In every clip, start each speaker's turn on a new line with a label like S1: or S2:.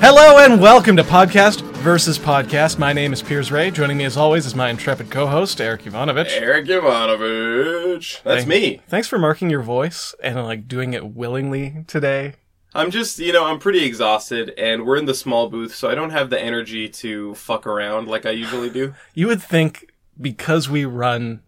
S1: Hello and welcome to Podcast versus Podcast. My name is Piers Ray. Joining me as always is my intrepid co-host Eric Ivanovich.
S2: Eric Ivanovich. That's me.
S1: Thanks for marking your voice and like doing it willingly today.
S2: I'm just, you know, I'm pretty exhausted, and we're in the small booth, so I don't have the energy to fuck around like I usually do.
S1: You would think because we run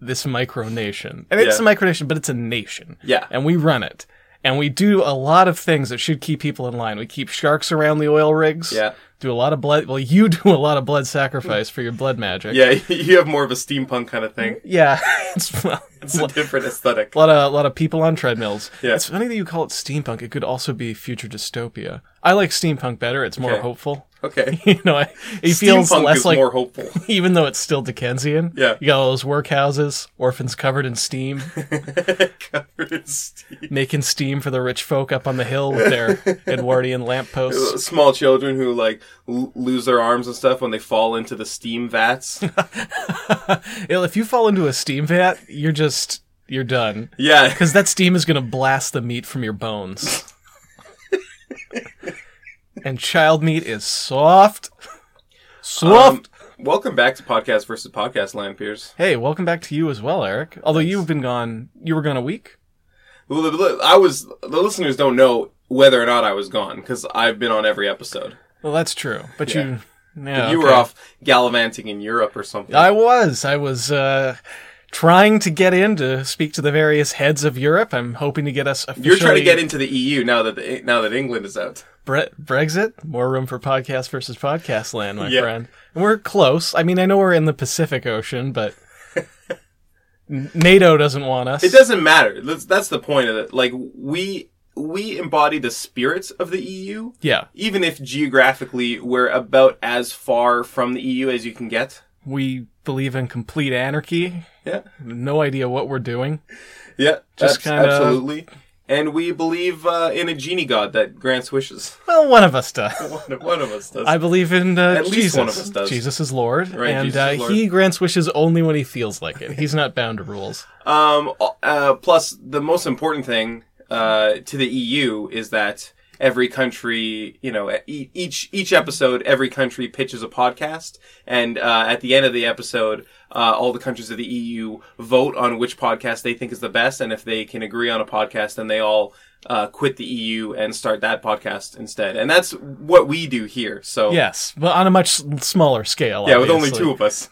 S1: this micronation, and it's
S2: Yeah.
S1: a micronation, but it's a nation.
S2: Yeah.
S1: and we run it. And we do a lot of things that should keep people in line. We keep sharks around the oil rigs.
S2: Yeah.
S1: Do a lot of blood. Well, you do a lot of blood sacrifice for your blood magic.
S2: Yeah, you have more of a steampunk kind of thing.
S1: Yeah. It's, well,
S2: It's a different aesthetic.
S1: A lot of a lot of people on treadmills.
S2: Yeah.
S1: It's funny that you call it steampunk. It could also be future dystopia. I like steampunk better. It's more
S2: Okay.
S1: hopeful.
S2: Okay.
S1: You know, I- it feels
S2: steampunk
S1: less
S2: is
S1: like
S2: more hopeful.
S1: even though it's still Dickensian.
S2: Yeah.
S1: You got all those workhouses, orphans covered in steam,
S2: Covered in steam.
S1: making steam for the rich folk up on the hill with their Edwardian lampposts.
S2: Small children who like l- lose their arms and stuff when they fall into the steam vats.
S1: You know, if you fall into a steam vat, you're just you're done.
S2: Yeah,
S1: Because that steam is going to blast the meat from your bones. and child meat is soft. Soft.
S2: Um, welcome back to Podcast versus Podcast Land, Piers.
S1: hey, welcome back to you as well, Eric. Although you've been gone, you were gone a week.
S2: Well, the- the- I was the listeners don't know whether or not I was gone because I've been on every episode.
S1: Well, that's true. But you. Yeah,
S2: You
S1: okay.
S2: were off gallivanting in Europe or something.
S1: I was. I was uh, trying to get in to speak to the various heads of Europe. I'm hoping to get us officially.
S2: You're trying to get into the EU now that the, now that England is out.
S1: Bre- Brexit, more room for podcast versus podcast land, my
S2: Yeah.
S1: friend. And we're close. I mean, I know we're in the Pacific Ocean, but N- NATO doesn't want us.
S2: It doesn't matter. That's, that's the point of it. Like we we embody the spirit of the EU,
S1: Yeah,
S2: even if geographically we're about as far from the EU as you can get.
S1: we believe in complete anarchy.
S2: Yeah,
S1: No idea what we're doing.
S2: yeah,
S1: Just
S2: abs-
S1: kinda-
S2: absolutely. And we believe uh, in a genie god that grants wishes.
S1: Well, one of us does.
S2: One of, one of us does.
S1: I believe in uh,
S2: At least
S1: Jesus.
S2: one of us does.
S1: Jesus is Lord,
S2: Right,
S1: and
S2: Jesus
S1: uh,
S2: is Lord.
S1: he grants wishes only when he feels like it. He's not bound to rules.
S2: Um, uh, plus, the most important thing uh, to the EU is that every country, you know, e- each each episode, every country pitches a podcast, and uh, at the end of the episode, uh, all the countries of the EU vote on which podcast they think is the best, and if they can agree on a podcast, then they all uh, quit the EU and start that podcast instead. And that's what we do here. So
S1: Yes, but on a much s- smaller scale.
S2: yeah, with only
S1: obviously.
S2: two of us.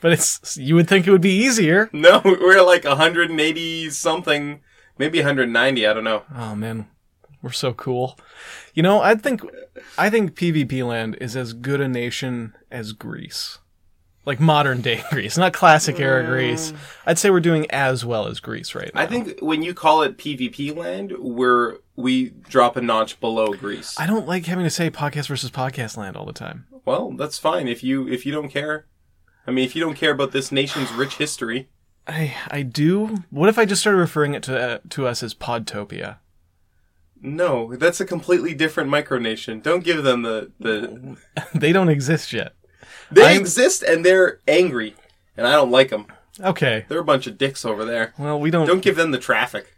S1: But it's you would think it would be easier.
S2: No, we're like 180 something, maybe 190. I don't know.
S1: Oh man, we're so cool. You know, I think I think PvP Land is as good a nation as Greece. Like modern day Greece, not classic era Greece. I'd say we're doing as well as Greece right now.
S2: I think when you call it PvP land, we're we drop a notch below Greece.
S1: I don't like having to say podcast versus podcast land all the time.
S2: Well, that's fine if you if you don't care. I mean, if you don't care about this nation's rich history,
S1: I I do. What if I just started referring it to uh, to us as Podtopia?
S2: no, that's a completely different micronation. Don't give them the the
S1: they don't exist yet.
S2: they
S1: I'm-
S2: exist and they're angry, and I don't like them.
S1: Okay.
S2: They're a bunch of dicks over there.
S1: Well, we don't,
S2: Don't give them the traffic.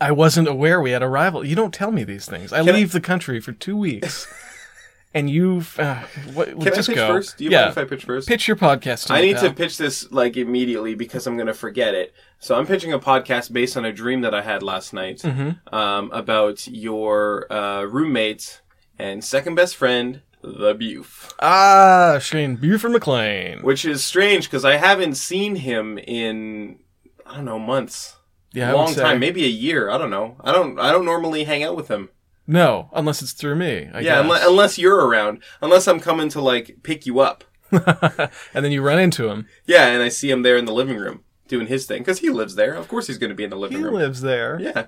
S1: I wasn't aware we had a rival. You don't tell me these things. I
S2: Can I-
S1: leave the country for two weeks, and you uh, what,
S2: Can
S1: just
S2: I pitch
S1: go.
S2: first? Do you
S1: yeah,
S2: mind if I pitch first?
S1: pitch your podcast. To
S2: I
S1: me,
S2: need to
S1: pal.
S2: pitch this like immediately because I'm going to forget it. So I'm pitching a podcast based on a dream that I had last night
S1: Mm-hmm.
S2: um, about your uh, roommate and second best friend, the Buf,
S1: Ah, Shane Buford McLean.
S2: which is strange because I haven't seen him in I don't know months,
S1: Yeah, I would
S2: long
S1: say-
S2: time, maybe a year. I don't know. I don't. I don't normally hang out with him.
S1: No, unless it's through me. I
S2: Yeah, unless,
S1: guess.
S2: unless you're around, unless I'm coming to like pick you up.
S1: and then you run into him.
S2: Yeah, and I see him there in the living room doing his thing because he lives there. Of course, he's going to be in the living
S1: He
S2: room.
S1: lives there.
S2: yeah.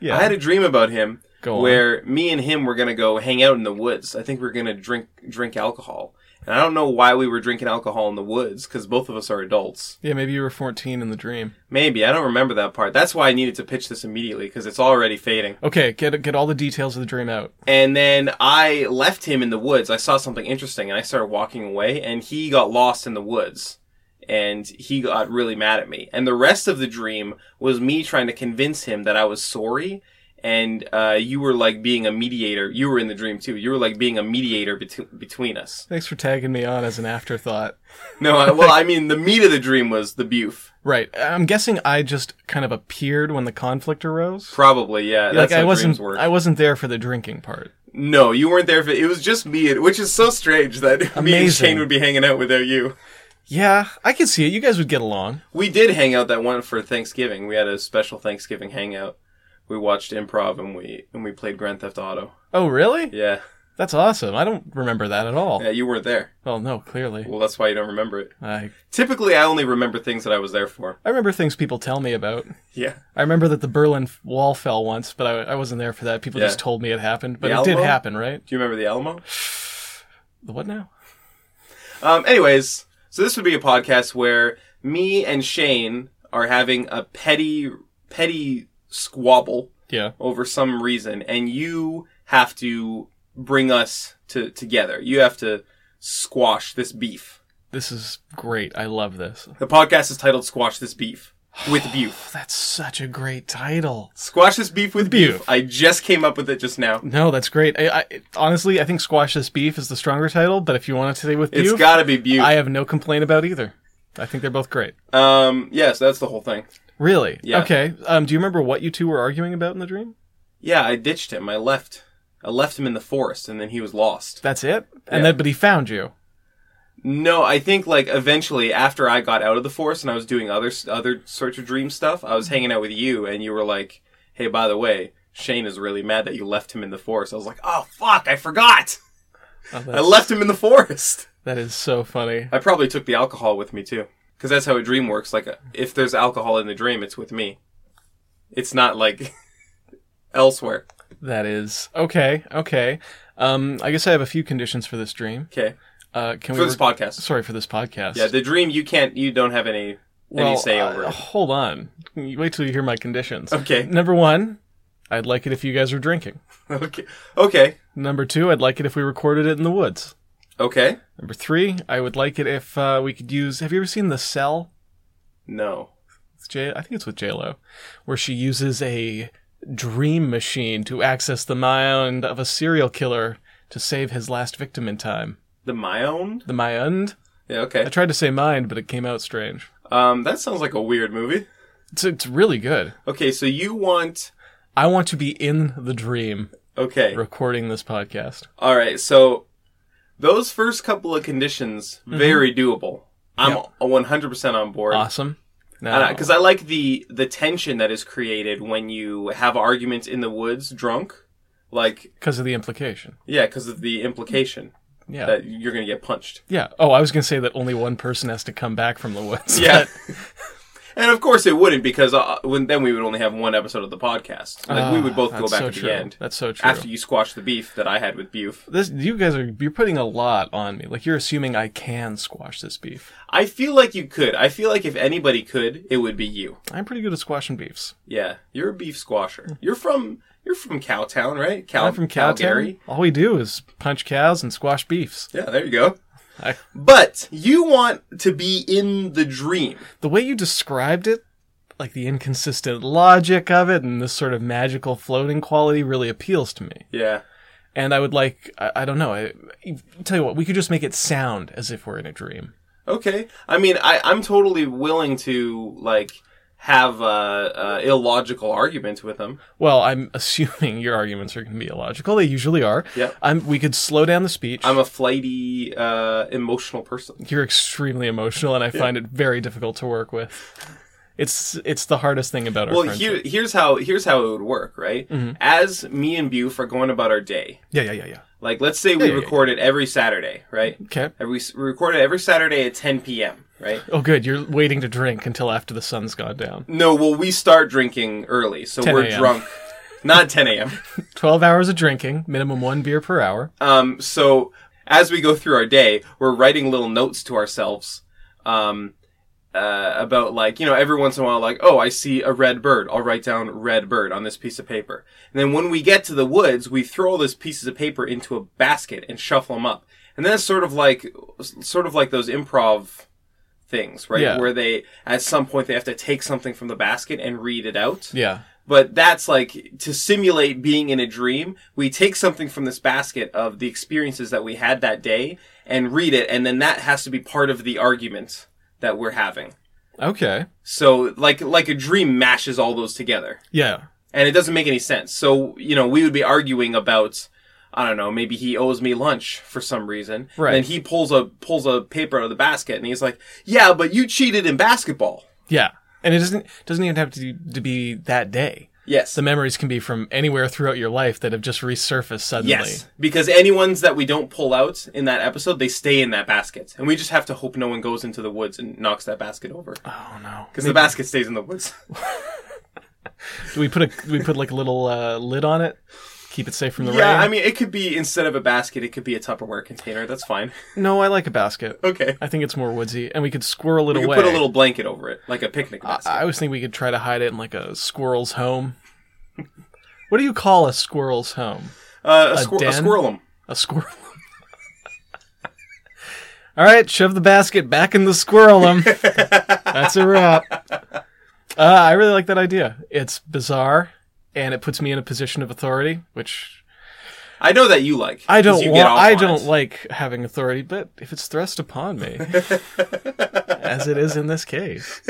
S1: yeah.
S2: I had a dream about him
S1: Go on.
S2: where me and him were gonna go hang out in the woods. I think we are gonna drink drink alcohol, and I don't know why we were drinking alcohol in the woods because both of us are adults.
S1: yeah, maybe you were 14 in the dream.
S2: Maybe I don't remember that part. That's why I needed to pitch this immediately because it's already fading.
S1: Okay, get get all the details of the dream out.
S2: And then I left him in the woods. I saw something interesting, and I started walking away, and he got lost in the woods. And he got really mad at me. And the rest of the dream was me trying to convince him that I was sorry and uh, you were like being a mediator. You were in the dream too. You were like being a mediator bet- between us.
S1: Thanks for tagging me on as an afterthought.
S2: No, I, well, I mean, the meat of the dream was the buf.
S1: Right. I'm guessing I just kind of appeared when the conflict arose.
S2: Probably, yeah.
S1: Like
S2: That's how
S1: I wasn't
S2: dreams work.
S1: I wasn't there for the drinking part.
S2: No, you weren't there. For, it was just me, and- which is so strange that me and
S1: Amazing.
S2: Shane would be hanging out without you.
S1: Yeah, I could see it. You guys would get along.
S2: We did hang out that one for Thanksgiving. We had a special Thanksgiving hangout. We watched improv and we and we played Grand Theft Auto.
S1: Oh, really?
S2: Yeah,
S1: That's awesome. I don't remember that at all.
S2: yeah. You weren't there.
S1: Well, no, clearly.
S2: Well, that's why you don't remember it.
S1: I
S2: Typically, I only remember things that I was there for.
S1: I remember things people tell me about.
S2: Yeah.
S1: I remember that the Berlin F- Wall fell once, but I, I wasn't there for that. People
S2: Yeah.
S1: just told me it happened, but
S2: The
S1: it did
S2: Alamo?
S1: happen, right?
S2: Do you remember the Alamo?
S1: The what now?
S2: Um, anyways, so this would be a podcast where me and Shane are having a petty, petty squabble
S1: Yeah.
S2: over some reason, and you have to bring us to together. You have to squash this beef.
S1: This is great. I love this.
S2: The podcast is titled "Squash This Beef" with Buf.
S1: That's such a great title.
S2: Squash this beef with
S1: Beef.
S2: Buf. I just came up with it just now.
S1: No, that's great. I, I honestly, I think "Squash This Beef" is the stronger title, but if you want it to stay with
S2: It's
S1: you,
S2: got to be Buf.
S1: I have no complaint about either. I think they're both great.
S2: um, yes, that's the whole thing.
S1: Really?
S2: Yeah.
S1: Okay. Um, do you remember what you two were arguing about in the dream?
S2: Yeah, I ditched him. I left. I left him in the forest, and then he was lost.
S1: That's it. And
S2: Yeah.
S1: then, but he found you.
S2: No, I think like eventually after I got out of the forest and I was doing other other search of dream stuff, I was hanging out with you, and you were like, "Hey, by the way." Shane is really mad that you left him in the forest. I was like, "Oh fuck, I forgot!
S1: Oh,
S2: I
S1: that's-
S2: left him in the forest."
S1: that is so funny.
S2: I probably took the alcohol with me too, because that's how a dream works. Like, uh, if there's alcohol in the dream, it's with me. It's not like elsewhere.
S1: That is okay. Okay. Um, I guess I have a few conditions for this dream.
S2: Okay,
S1: Uh, can
S2: for
S1: we?
S2: this
S1: re-
S2: podcast,
S1: Sorry for this podcast.
S2: yeah, the dream you can't, you don't have any any
S1: well,
S2: say
S1: uh,
S2: over it.
S1: hold on. You Wait till you hear my conditions.
S2: Okay,
S1: Number one, I'd like it if you guys were drinking.
S2: okay, okay,
S1: Number two, I'd like it if we recorded it in the woods.
S2: okay.
S1: Number three, I would like it if uh, we could use. Have you ever seen The Cell?
S2: No,
S1: It's J- I think it's with J Lo, where she uses a dream machine to access the mind of a serial killer to save his last victim in time.
S2: the my own.
S1: The mind.
S2: Yeah,
S1: I
S2: okay.
S1: tried to say mind, but it came out strange.
S2: Um, that sounds like a weird movie.
S1: It's it's really good.
S2: Okay, so you want
S1: I want to be in the dream
S2: okay.
S1: recording this podcast.
S2: All right, so those first couple of conditions
S1: Mm-hmm.
S2: very doable. I'm
S1: Yep.
S2: 100% on board.
S1: Awesome. Now,
S2: because I like the the tension that is created when you have arguments in the woods drunk. Like,
S1: because of the implication.
S2: yeah, because of the implication
S1: Yeah.
S2: that you're gonna get punched.
S1: yeah. Oh, I was going to say that only one person has to come back from the woods.
S2: Yeah.
S1: but-
S2: and of course it wouldn't because uh, when then we would only have one episode of the podcast. Like we
S1: Ah,
S2: would both go
S1: that's
S2: back
S1: so
S2: at
S1: true.
S2: the end
S1: That's so true.
S2: after you squash the beef that I had with Buf.
S1: this, you guys are you're putting a lot on me. Like you're assuming I can squash this beef.
S2: I feel like you could. I feel like if anybody could, it would be you.
S1: I'm pretty good at squashing beefs.
S2: Yeah, you're a beef squasher. You're from you're from Cowtown, right? Cal-
S1: Hmm. I'm from Calgary. All we do is punch cows and squash beefs.
S2: Yeah, there you go.
S1: I-
S2: But you want to be in the dream.
S1: The way you described it, like the inconsistent logic of it, and this sort of magical floating quality, really appeals to me.
S2: Yeah.
S1: And I would like I, I don't know. I, tell you what, we could just make it sound as if we're in a dream.
S2: Okay. I mean, I, I'm totally willing to like have uh, uh, illogical arguments with him.
S1: Well, I'm assuming your arguments are going to be illogical. They usually are.
S2: Yep.
S1: I'm, we could slow down the speech.
S2: I'm a flighty, uh, emotional person.
S1: You're extremely emotional, and I find it very difficult to work with. It's it's the hardest thing about our
S2: Well,
S1: friendship.
S2: here, here's how here's how it would work, right?
S1: Mm-hmm.
S2: As me and Buf are going about our day,
S1: yeah, yeah, yeah, yeah.
S2: like let's say we
S1: Yeah, yeah, yeah.
S2: record it every Saturday, right?
S1: Okay.
S2: And We s- we record it every Saturday at 10 p.m. Right?
S1: Oh, good. You're waiting to drink until after the sun's gone down.
S2: No, well, we start drinking early, so
S1: 10
S2: we're
S1: a.m..
S2: drunk. Not 10 a.m.
S1: Twelve hours of drinking, minimum one beer per hour.
S2: Um, so as we go through our day, we're writing little notes to ourselves. Um, uh, about like you know every once in a while like oh i see a red bird i'll write down red bird on this piece of paper and then when we get to the woods we throw all these pieces of paper into a basket and shuffle them up and then it's sort of like sort of like those improv things right
S1: Yeah.
S2: where they at some point they have to take something from the basket and read it out
S1: Yeah.
S2: But that's like to simulate being in a dream. We take something from this basket of the experiences that we had that day and read it, and then that has to be part of the argument that we're having.
S1: Okay.
S2: So like like a dream mashes all those together
S1: Yeah.
S2: and it doesn't make any sense. So, you know, we would be arguing about, I don't know, maybe he owes me lunch for some reason.
S1: Right.
S2: And he pulls a, pulls a paper out of the basket and he's like, yeah, but you cheated in basketball.
S1: Yeah. And it doesn't doesn't even have to to be that day.
S2: Yes.
S1: The memories can be from anywhere throughout your life that have just resurfaced suddenly.
S2: yes. Because anyone's that we don't pull out in that episode, they stay in that basket. And we just have to hope no one goes into the woods and knocks that basket over.
S1: Oh no.
S2: Because the basket stays in the woods.
S1: Do we put a do we put like a little uh, lid on it? Keep it safe from the rain.
S2: yeah, I mean, it could be, instead of a basket, it could be a Tupperware container. That's fine.
S1: no, I like a basket.
S2: Okay.
S1: I think it's more woodsy, and we could squirrel it
S2: You
S1: away.
S2: could put a little blanket over it, like a picnic
S1: I-
S2: basket.
S1: I always think we could try to hide it in like a squirrel's home. what do you call a squirrel's home?
S2: Uh,
S1: a
S2: a, squir- a
S1: den?
S2: squirrelum.
S1: A squirrel. All right, shove the basket back in the squirrelum. That's a wrap. Uh, I really like that idea. It's bizarre, and it puts me in a position of authority, which
S2: I know that you like.
S1: I
S2: 'cause
S1: don't.
S2: you
S1: Want,
S2: get off
S1: I
S2: on
S1: don't
S2: it.
S1: like having authority, but if it's thrust upon me, as it is in this case,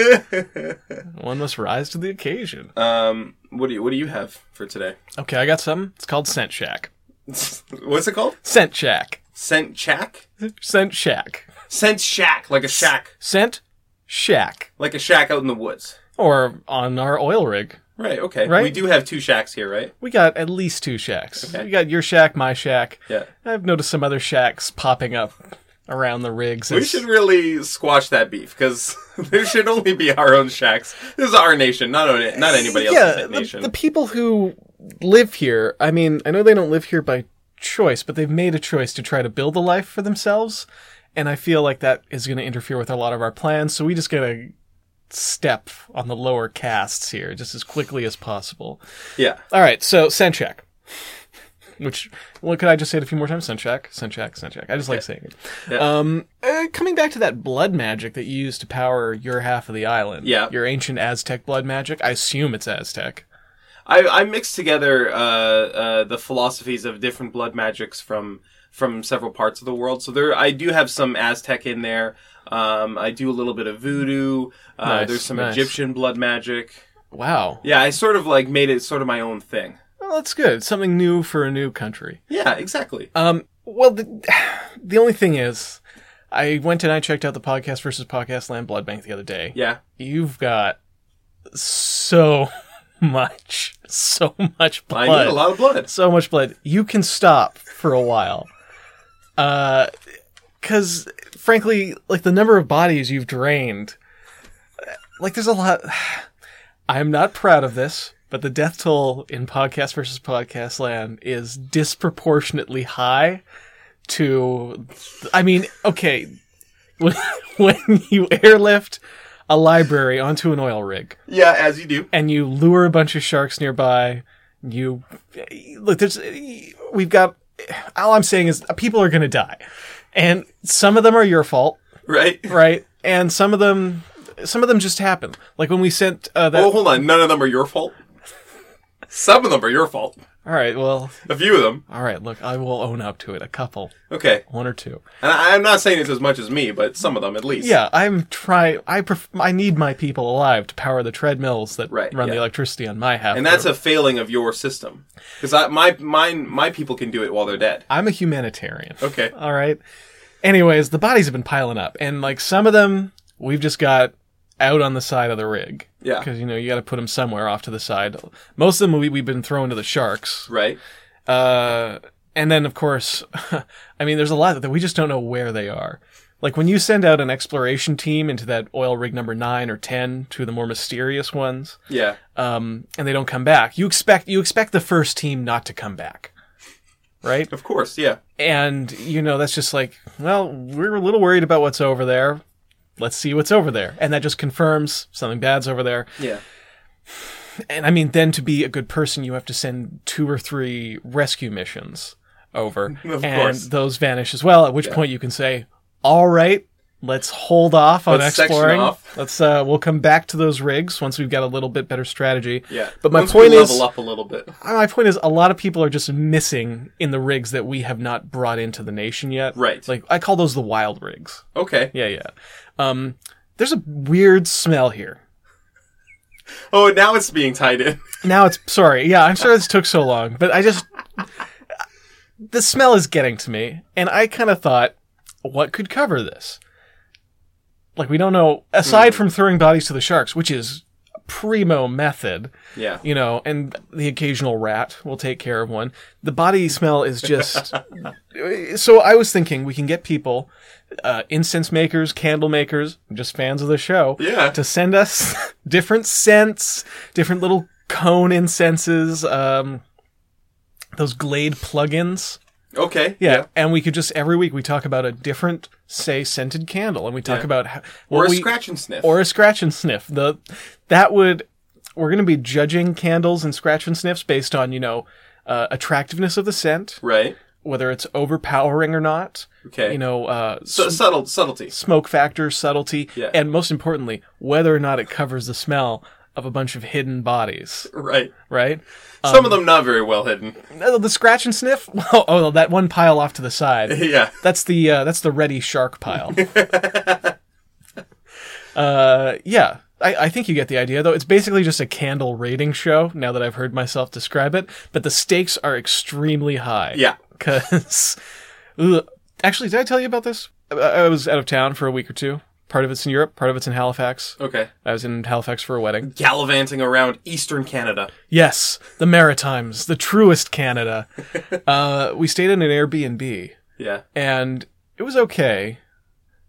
S1: one must rise to the occasion.
S2: Um, what do you What do you have for today?
S1: Okay, I got something. It's called Scent Shack.
S2: What's it called?
S1: Scent Shack.
S2: Scent shack.
S1: Scent Shack.
S2: Scent shack, like a shack,
S1: Scent Shack.
S2: like a shack out in the woods.
S1: Or on our oil rig.
S2: Right. Okay.
S1: Right?
S2: We do have two shacks here, right?
S1: We got at least two shacks.
S2: Okay.
S1: We got your shack, my shack.
S2: Yeah.
S1: I've noticed some other shacks popping up around the rigs.
S2: We should really squash that beef because there should only be our own shacks. This is our nation, not on, not anybody else's
S1: yeah, the,
S2: nation.
S1: the people who live here, I mean, I know they don't live here by choice, but they've made a choice to try to build a life for themselves. And I feel like that is going to interfere with a lot of our plans. So we just got to step on the lower castes here just as quickly as possible.
S2: yeah.
S1: All right, so Senchak. Which, well, could I just say it a few more times? Senchak, Senchak, Senchak. I just like saying it.
S2: Yeah.
S1: Um, uh, coming back to that blood magic that you use to power your half of the island.
S2: Yeah.
S1: Your ancient Aztec blood magic. I assume it's Aztec.
S2: I, I mixed together uh, uh, the philosophies of different blood magics from from several parts of the world. So there, I do have some Aztec in there. Um, I do a little bit of voodoo. Uh,
S1: Nice,
S2: there's some
S1: nice.
S2: Egyptian blood magic.
S1: Wow.
S2: Yeah, I sort of like made it sort of my own thing.
S1: Well, that's good. Something new for a new country.
S2: Yeah, exactly.
S1: Um, well, the, the only thing is, I went and I checked out the podcast versus podcast land blood bank the other day.
S2: Yeah,
S1: You've got so much, so much
S2: I
S1: blood.
S2: need a lot of blood.
S1: so much blood. You can stop for a while. Uh, cause frankly, like the number of bodies you've drained, like there's a lot. I'm not proud of this, but the death toll in podcast versus podcast land is disproportionately high to, I mean, okay, when, when you airlift a library onto an oil rig,
S2: Yeah, as you do.
S1: and you lure a bunch of sharks nearby. You look. There's we've got. All I'm saying is uh, people are going to die, and some of them are your fault,
S2: Right.
S1: right? And some of them, some of them just happen. Like when we sent uh, that.
S2: Oh, hold on. None of them are your fault. Some of them are your fault.
S1: All right. Well.
S2: A few of them.
S1: All right. Look, I will own up to it. A couple,
S2: Okay.
S1: one or two.
S2: And I, I'm not saying it's as much as me, but some of them at least.
S1: Yeah, I'm trying. I pref- I need my people alive to power the treadmills that
S2: Right,
S1: run the
S2: yeah.
S1: electricity on my half.
S2: And that's
S1: i
S2: a failing of your system, because my mine my people can do it while they're dead.
S1: I'm a humanitarian.
S2: Okay.
S1: All right. Anyways, the bodies have been piling up, and like some of them, we've just got out on the side of the rig.
S2: Yeah.
S1: Because you know you got to put them somewhere off to the side. Most of them we, we've been throwing to the sharks.
S2: Right.
S1: Uh, and then of course, I mean, there's a lot that we just don't know where they are. Like when you send out an exploration team into that oil rig number nine or ten, two of the more mysterious ones,
S2: Yeah.
S1: um, and they don't come back, you expect you expect the first team not to come back, right?
S2: Of course. Yeah.
S1: And, you know, that's just like, well, we're a little worried about what's over there. Let's see what's over there. And that just confirms something bad's over there.
S2: Yeah.
S1: And I mean, then to be a good person, you have to send two or three rescue missions over.
S2: Of
S1: and
S2: course.
S1: those vanish as well, at which point you can say, all right, Let's hold off on
S2: Let's section
S1: exploring.
S2: off.
S1: Let's uh, we'll come back to those rigs once we've got a little bit better strategy.
S2: Yeah.
S1: But my
S2: Once
S1: point
S2: we
S1: is,
S2: level up a little bit.
S1: my point is, a lot of people are just missing in the rigs that we have not brought into the nation yet.
S2: Right.
S1: Like I call those the wild rigs.
S2: Okay.
S1: Yeah, yeah. Um, there's a weird smell here.
S2: Oh, now it's being tied in.
S1: Now it's sorry. Yeah, I'm sorry this took so long, but I just the smell is getting to me, and I kind of thought, what could cover this? Like we don't know aside from throwing bodies to the sharks, which is primo method,
S2: Yeah.
S1: you know, and the occasional rat will take care of one. The body smell is just so I was thinking we can get people uh, incense makers, candle makers, just fans of the show
S2: Yeah.
S1: to send us different scents, different little cone incenses, um, those Glade plugins.
S2: Okay.
S1: Yeah. And we could just every week we talk about a different, say, scented candle, and we talk
S2: Yeah.
S1: about how,
S2: Or
S1: what
S2: a
S1: we-
S2: scratch and sniff.
S1: or a scratch and sniff. The that would we're going to be judging candles and scratch and sniffs based on you know uh, attractiveness of the scent,
S2: right.
S1: whether it's overpowering or not.
S2: Okay.
S1: You know, uh,
S2: so, subtle subtlety.
S1: smoke factor, subtlety,
S2: Yeah.
S1: and most importantly, whether or not it covers the smell of a bunch of hidden bodies,
S2: Right.
S1: right?
S2: Some
S1: Um,
S2: of them not very well hidden.
S1: Uh, The scratch and sniff. Well, oh, that one pile off to the side.
S2: yeah.
S1: That's the uh, that's the ready shark pile. uh, yeah, I, I think you get the idea. Though it's basically just a candle rating show. Now that I've heard myself describe it, but the stakes are extremely high.
S2: Yeah.
S1: Because, actually, did I tell you about this? I- I was out of town for a week or two. Part of it's in Europe, part of it's in Halifax.
S2: Okay.
S1: I was in Halifax for a wedding.
S2: Gallivanting around eastern Canada.
S1: Yes, the Maritimes, the truest Canada. uh, we stayed in an Airbnb,
S2: Yeah.
S1: and it was okay.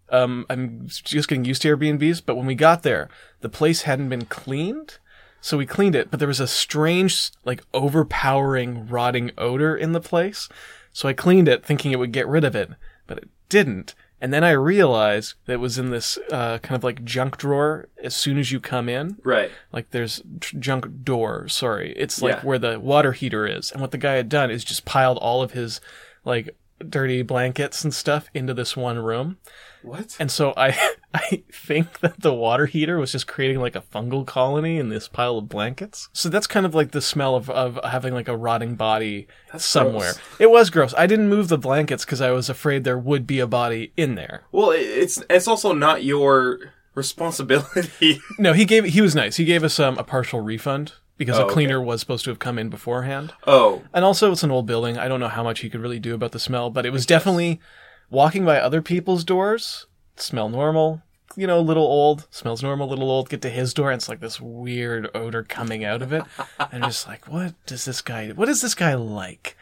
S1: Um, I'm just getting used to Airbnbs, but when we got there, the place hadn't been cleaned, so we cleaned it, but there was a strange, like, overpowering, rotting odor in the place. So I cleaned it, thinking it would get rid of it, but it didn't. And then I realized that it was in this uh, kind of like junk drawer as soon as you come in
S2: Right.
S1: like there's tr- junk door sorry it's like
S2: Yeah.
S1: where the water heater is and what the guy had done is just piled all of his like dirty blankets and stuff into this one room
S2: What?
S1: and so i i think that the water heater was just creating like a fungal colony in this pile of blankets so that's kind of like the smell of of having like a rotting body somewhere
S2: gross.
S1: it was gross i didn't move the blankets because i was afraid there would be a body in there
S2: Well, i- it's it's also not your responsibility.
S1: no he gave he was nice he gave us um, a partial refund because
S2: Oh,
S1: a
S2: okay.
S1: cleaner was supposed to have come in beforehand
S2: oh,
S1: And also, it's an old building. I don't know how much he could really do about the smell, but it was definitely walking by other people's doors. Smell normal, you know, little old. Smells normal, little old. Get to his door, and it's like this weird odor coming out of it. And I'm just like, what does this guy? What is this guy like?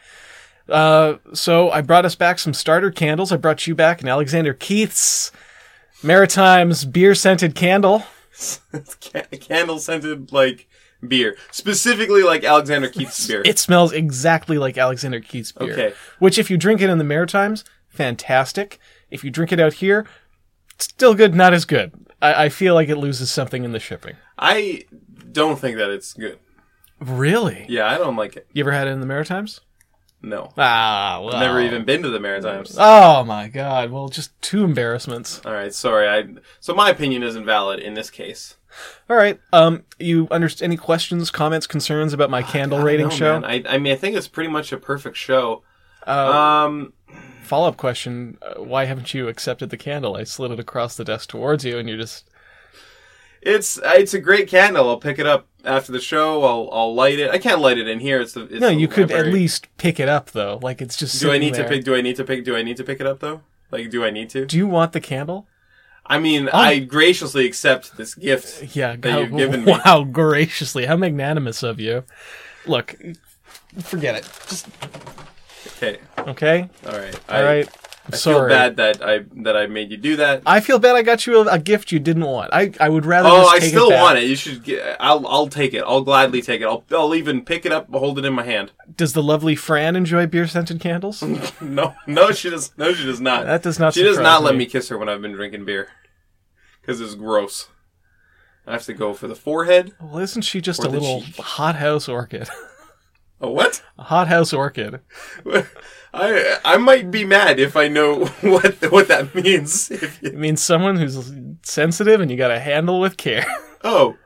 S1: Uh, so I brought us back some starter candles. I brought you back an Alexander Keith's Maritimes beer scented candle.
S2: candle scented like beer, specifically like Alexander Keith's beer.
S1: It smells exactly like Alexander Keith's beer.
S2: Okay.
S1: Which, if you drink it in the Maritimes, fantastic. If you drink it out here, still good, not as good. I, I feel like it loses something in the shipping.
S2: I don't think that it's good.
S1: Really?
S2: Yeah, I don't like it.
S1: You ever had it in the Maritimes?
S2: No,
S1: Ah, well.
S2: never even been to the Maritimes.
S1: Oh my god. Well, just two embarrassments.
S2: All right, sorry. I so my opinion isn't valid in this case.
S1: All right. Um, you understand any questions, comments, concerns about my candle rating
S2: No,
S1: show?
S2: man. Ah, I, I mean, I think it's pretty much a perfect show.
S1: Uh,
S2: Um,
S1: Follow up question: uh, Why haven't you accepted the candle? I slid it across the desk towards you, and you just
S2: it's uh, it's a great candle. I'll pick it up after the show. I'll I'll light it. I can't light it in here. It's the it's
S1: No,
S2: the
S1: you could at
S2: library.
S1: least pick it up though. Like it's just.
S2: Do I
S1: sitting
S2: need
S1: there.
S2: to pick? Do I need to pick? Do I need to pick it up though? Like, do I need to?
S1: Do you want the candle?
S2: I
S1: Um,
S2: mean, I graciously accept this gift.
S1: Yeah.
S2: That
S1: how-
S2: you've given me.
S1: wow, graciously, how magnanimous of you! Look, forget it. Just
S2: Okay,
S1: okay.
S2: all right,
S1: All right. I'm
S2: I feel
S1: sorry.
S2: bad that I that I made you do that.
S1: I feel bad. I got you a, a gift you didn't want. I I would rather.
S2: oh,
S1: just
S2: I
S1: take
S2: still
S1: it back.
S2: want it. You should. Get, I'll I'll take it. I'll gladly take it. I'll I'll even pick it up, hold it in my hand.
S1: Does the lovely Fran enjoy beer scented candles?
S2: No, no, she does. No, she does not.
S1: That does not
S2: She does
S1: surprise
S2: not let
S1: me.
S2: me kiss her when I've been drinking beer because it's gross. I have to go for the forehead.
S1: well, isn't she just
S2: Or
S1: a
S2: the
S1: little
S2: cheek.
S1: hothouse orchid?
S2: Oh, what?
S1: a hothouse orchid.
S2: I I I might be mad if I know what what that means. If you,
S1: It means someone who's sensitive and you got to handle with care.
S2: oh,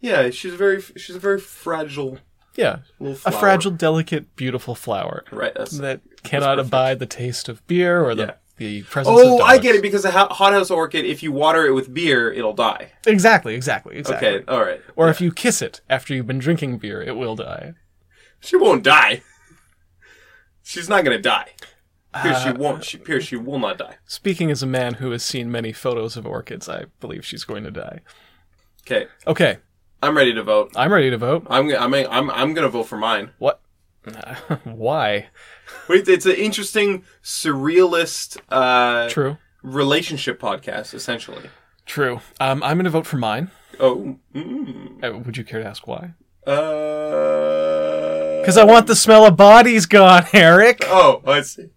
S2: yeah, she's very she's a very fragile
S1: yeah.
S2: little
S1: A
S2: flower.
S1: fragile, delicate, beautiful flower
S2: right? That's,
S1: that cannot abide the taste of beer or the,
S2: Yeah.
S1: the presence of
S2: oh, I
S1: dogs.
S2: get it because a ho- hothouse orchid, if you water it with beer, it'll die.
S1: Exactly, exactly, exactly.
S2: Okay, all right.
S1: Or if you kiss it after you've been drinking beer, it will die.
S2: She won't die. She's not gonna die. Here
S1: Uh,
S2: she won't. She here she will not die.
S1: Speaking as a man who has seen many photos of orchids, I believe she's going to die.
S2: Okay,
S1: Okay,
S2: I'm ready to vote.
S1: I'm ready to vote.
S2: I'm g- I'm I'm I'm gonna vote for mine.
S1: What? Why?
S2: Wait, it's an interesting surrealist uh,
S1: True.
S2: relationship podcast, essentially.
S1: True. Um, I'm going to vote for mine.
S2: Oh, mm,
S1: Uh, would you care to ask why?
S2: uh,
S1: Because I want the smell of bodies gone, Eric.
S2: oh, I see.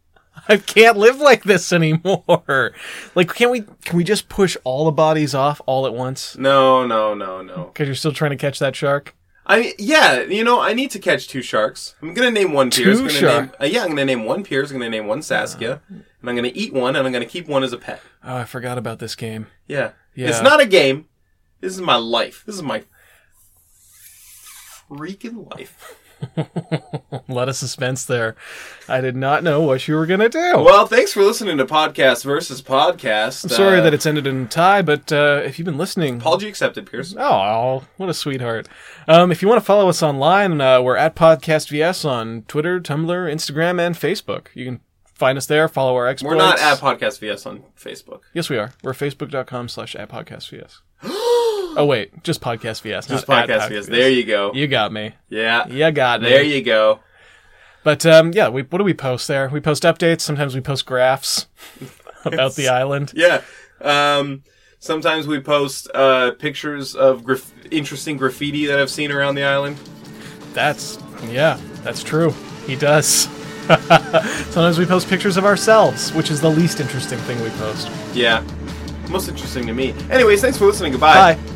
S1: I can't live like this anymore. Like, can we? Can we just push all the bodies off all at once?
S2: No, no, no, no.
S1: Because you're still trying to catch that shark.
S2: I yeah, you know, I need to catch two sharks. I'm gonna name one
S1: Two Uh.
S2: Piers. I'm gonna
S1: shark-
S2: name- uh, yeah, I'm gonna name one Piers. I'm gonna name one Saskia, and I'm gonna eat one, and I'm gonna keep one as a pet.
S1: Oh, I forgot about this game.
S2: Yeah.
S1: Yeah.
S2: It's not a game. This is my life. This is my freaking life.
S1: A lot of suspense there. I did not know what you were gonna do.
S2: Well, thanks for listening to Podcast versus Podcast. Uh,
S1: I'm sorry that it's ended in a tie, but uh, if you've been listening,
S2: apology accepted, Piers.
S1: Oh, what a sweetheart. Um, if you want to follow us online, uh, we're at Podcast VS on Twitter, Tumblr, Instagram, and Facebook. You can find us there, follow our exploits.
S2: We're not at Podcast VS on Facebook.
S1: Yes, we are. We're facebook.com slash at Podcast VS. oh, wait. Just Podcast VS.
S2: Just
S1: not at
S2: Podcast VS. There you go.
S1: You got me.
S2: Yeah.
S1: You got me.
S2: There you go.
S1: But um, yeah, we, what do we post there? We post updates. Sometimes we post graphs about the island.
S2: Yeah. Um, sometimes we post uh, pictures of graf- interesting graffiti that I've seen around the island.
S1: That's yeah, that's true. He does. Sometimes we post pictures of ourselves, which is the least interesting thing we post.
S2: Yeah. Most interesting to me. Anyways, thanks for listening. Goodbye.
S1: Bye.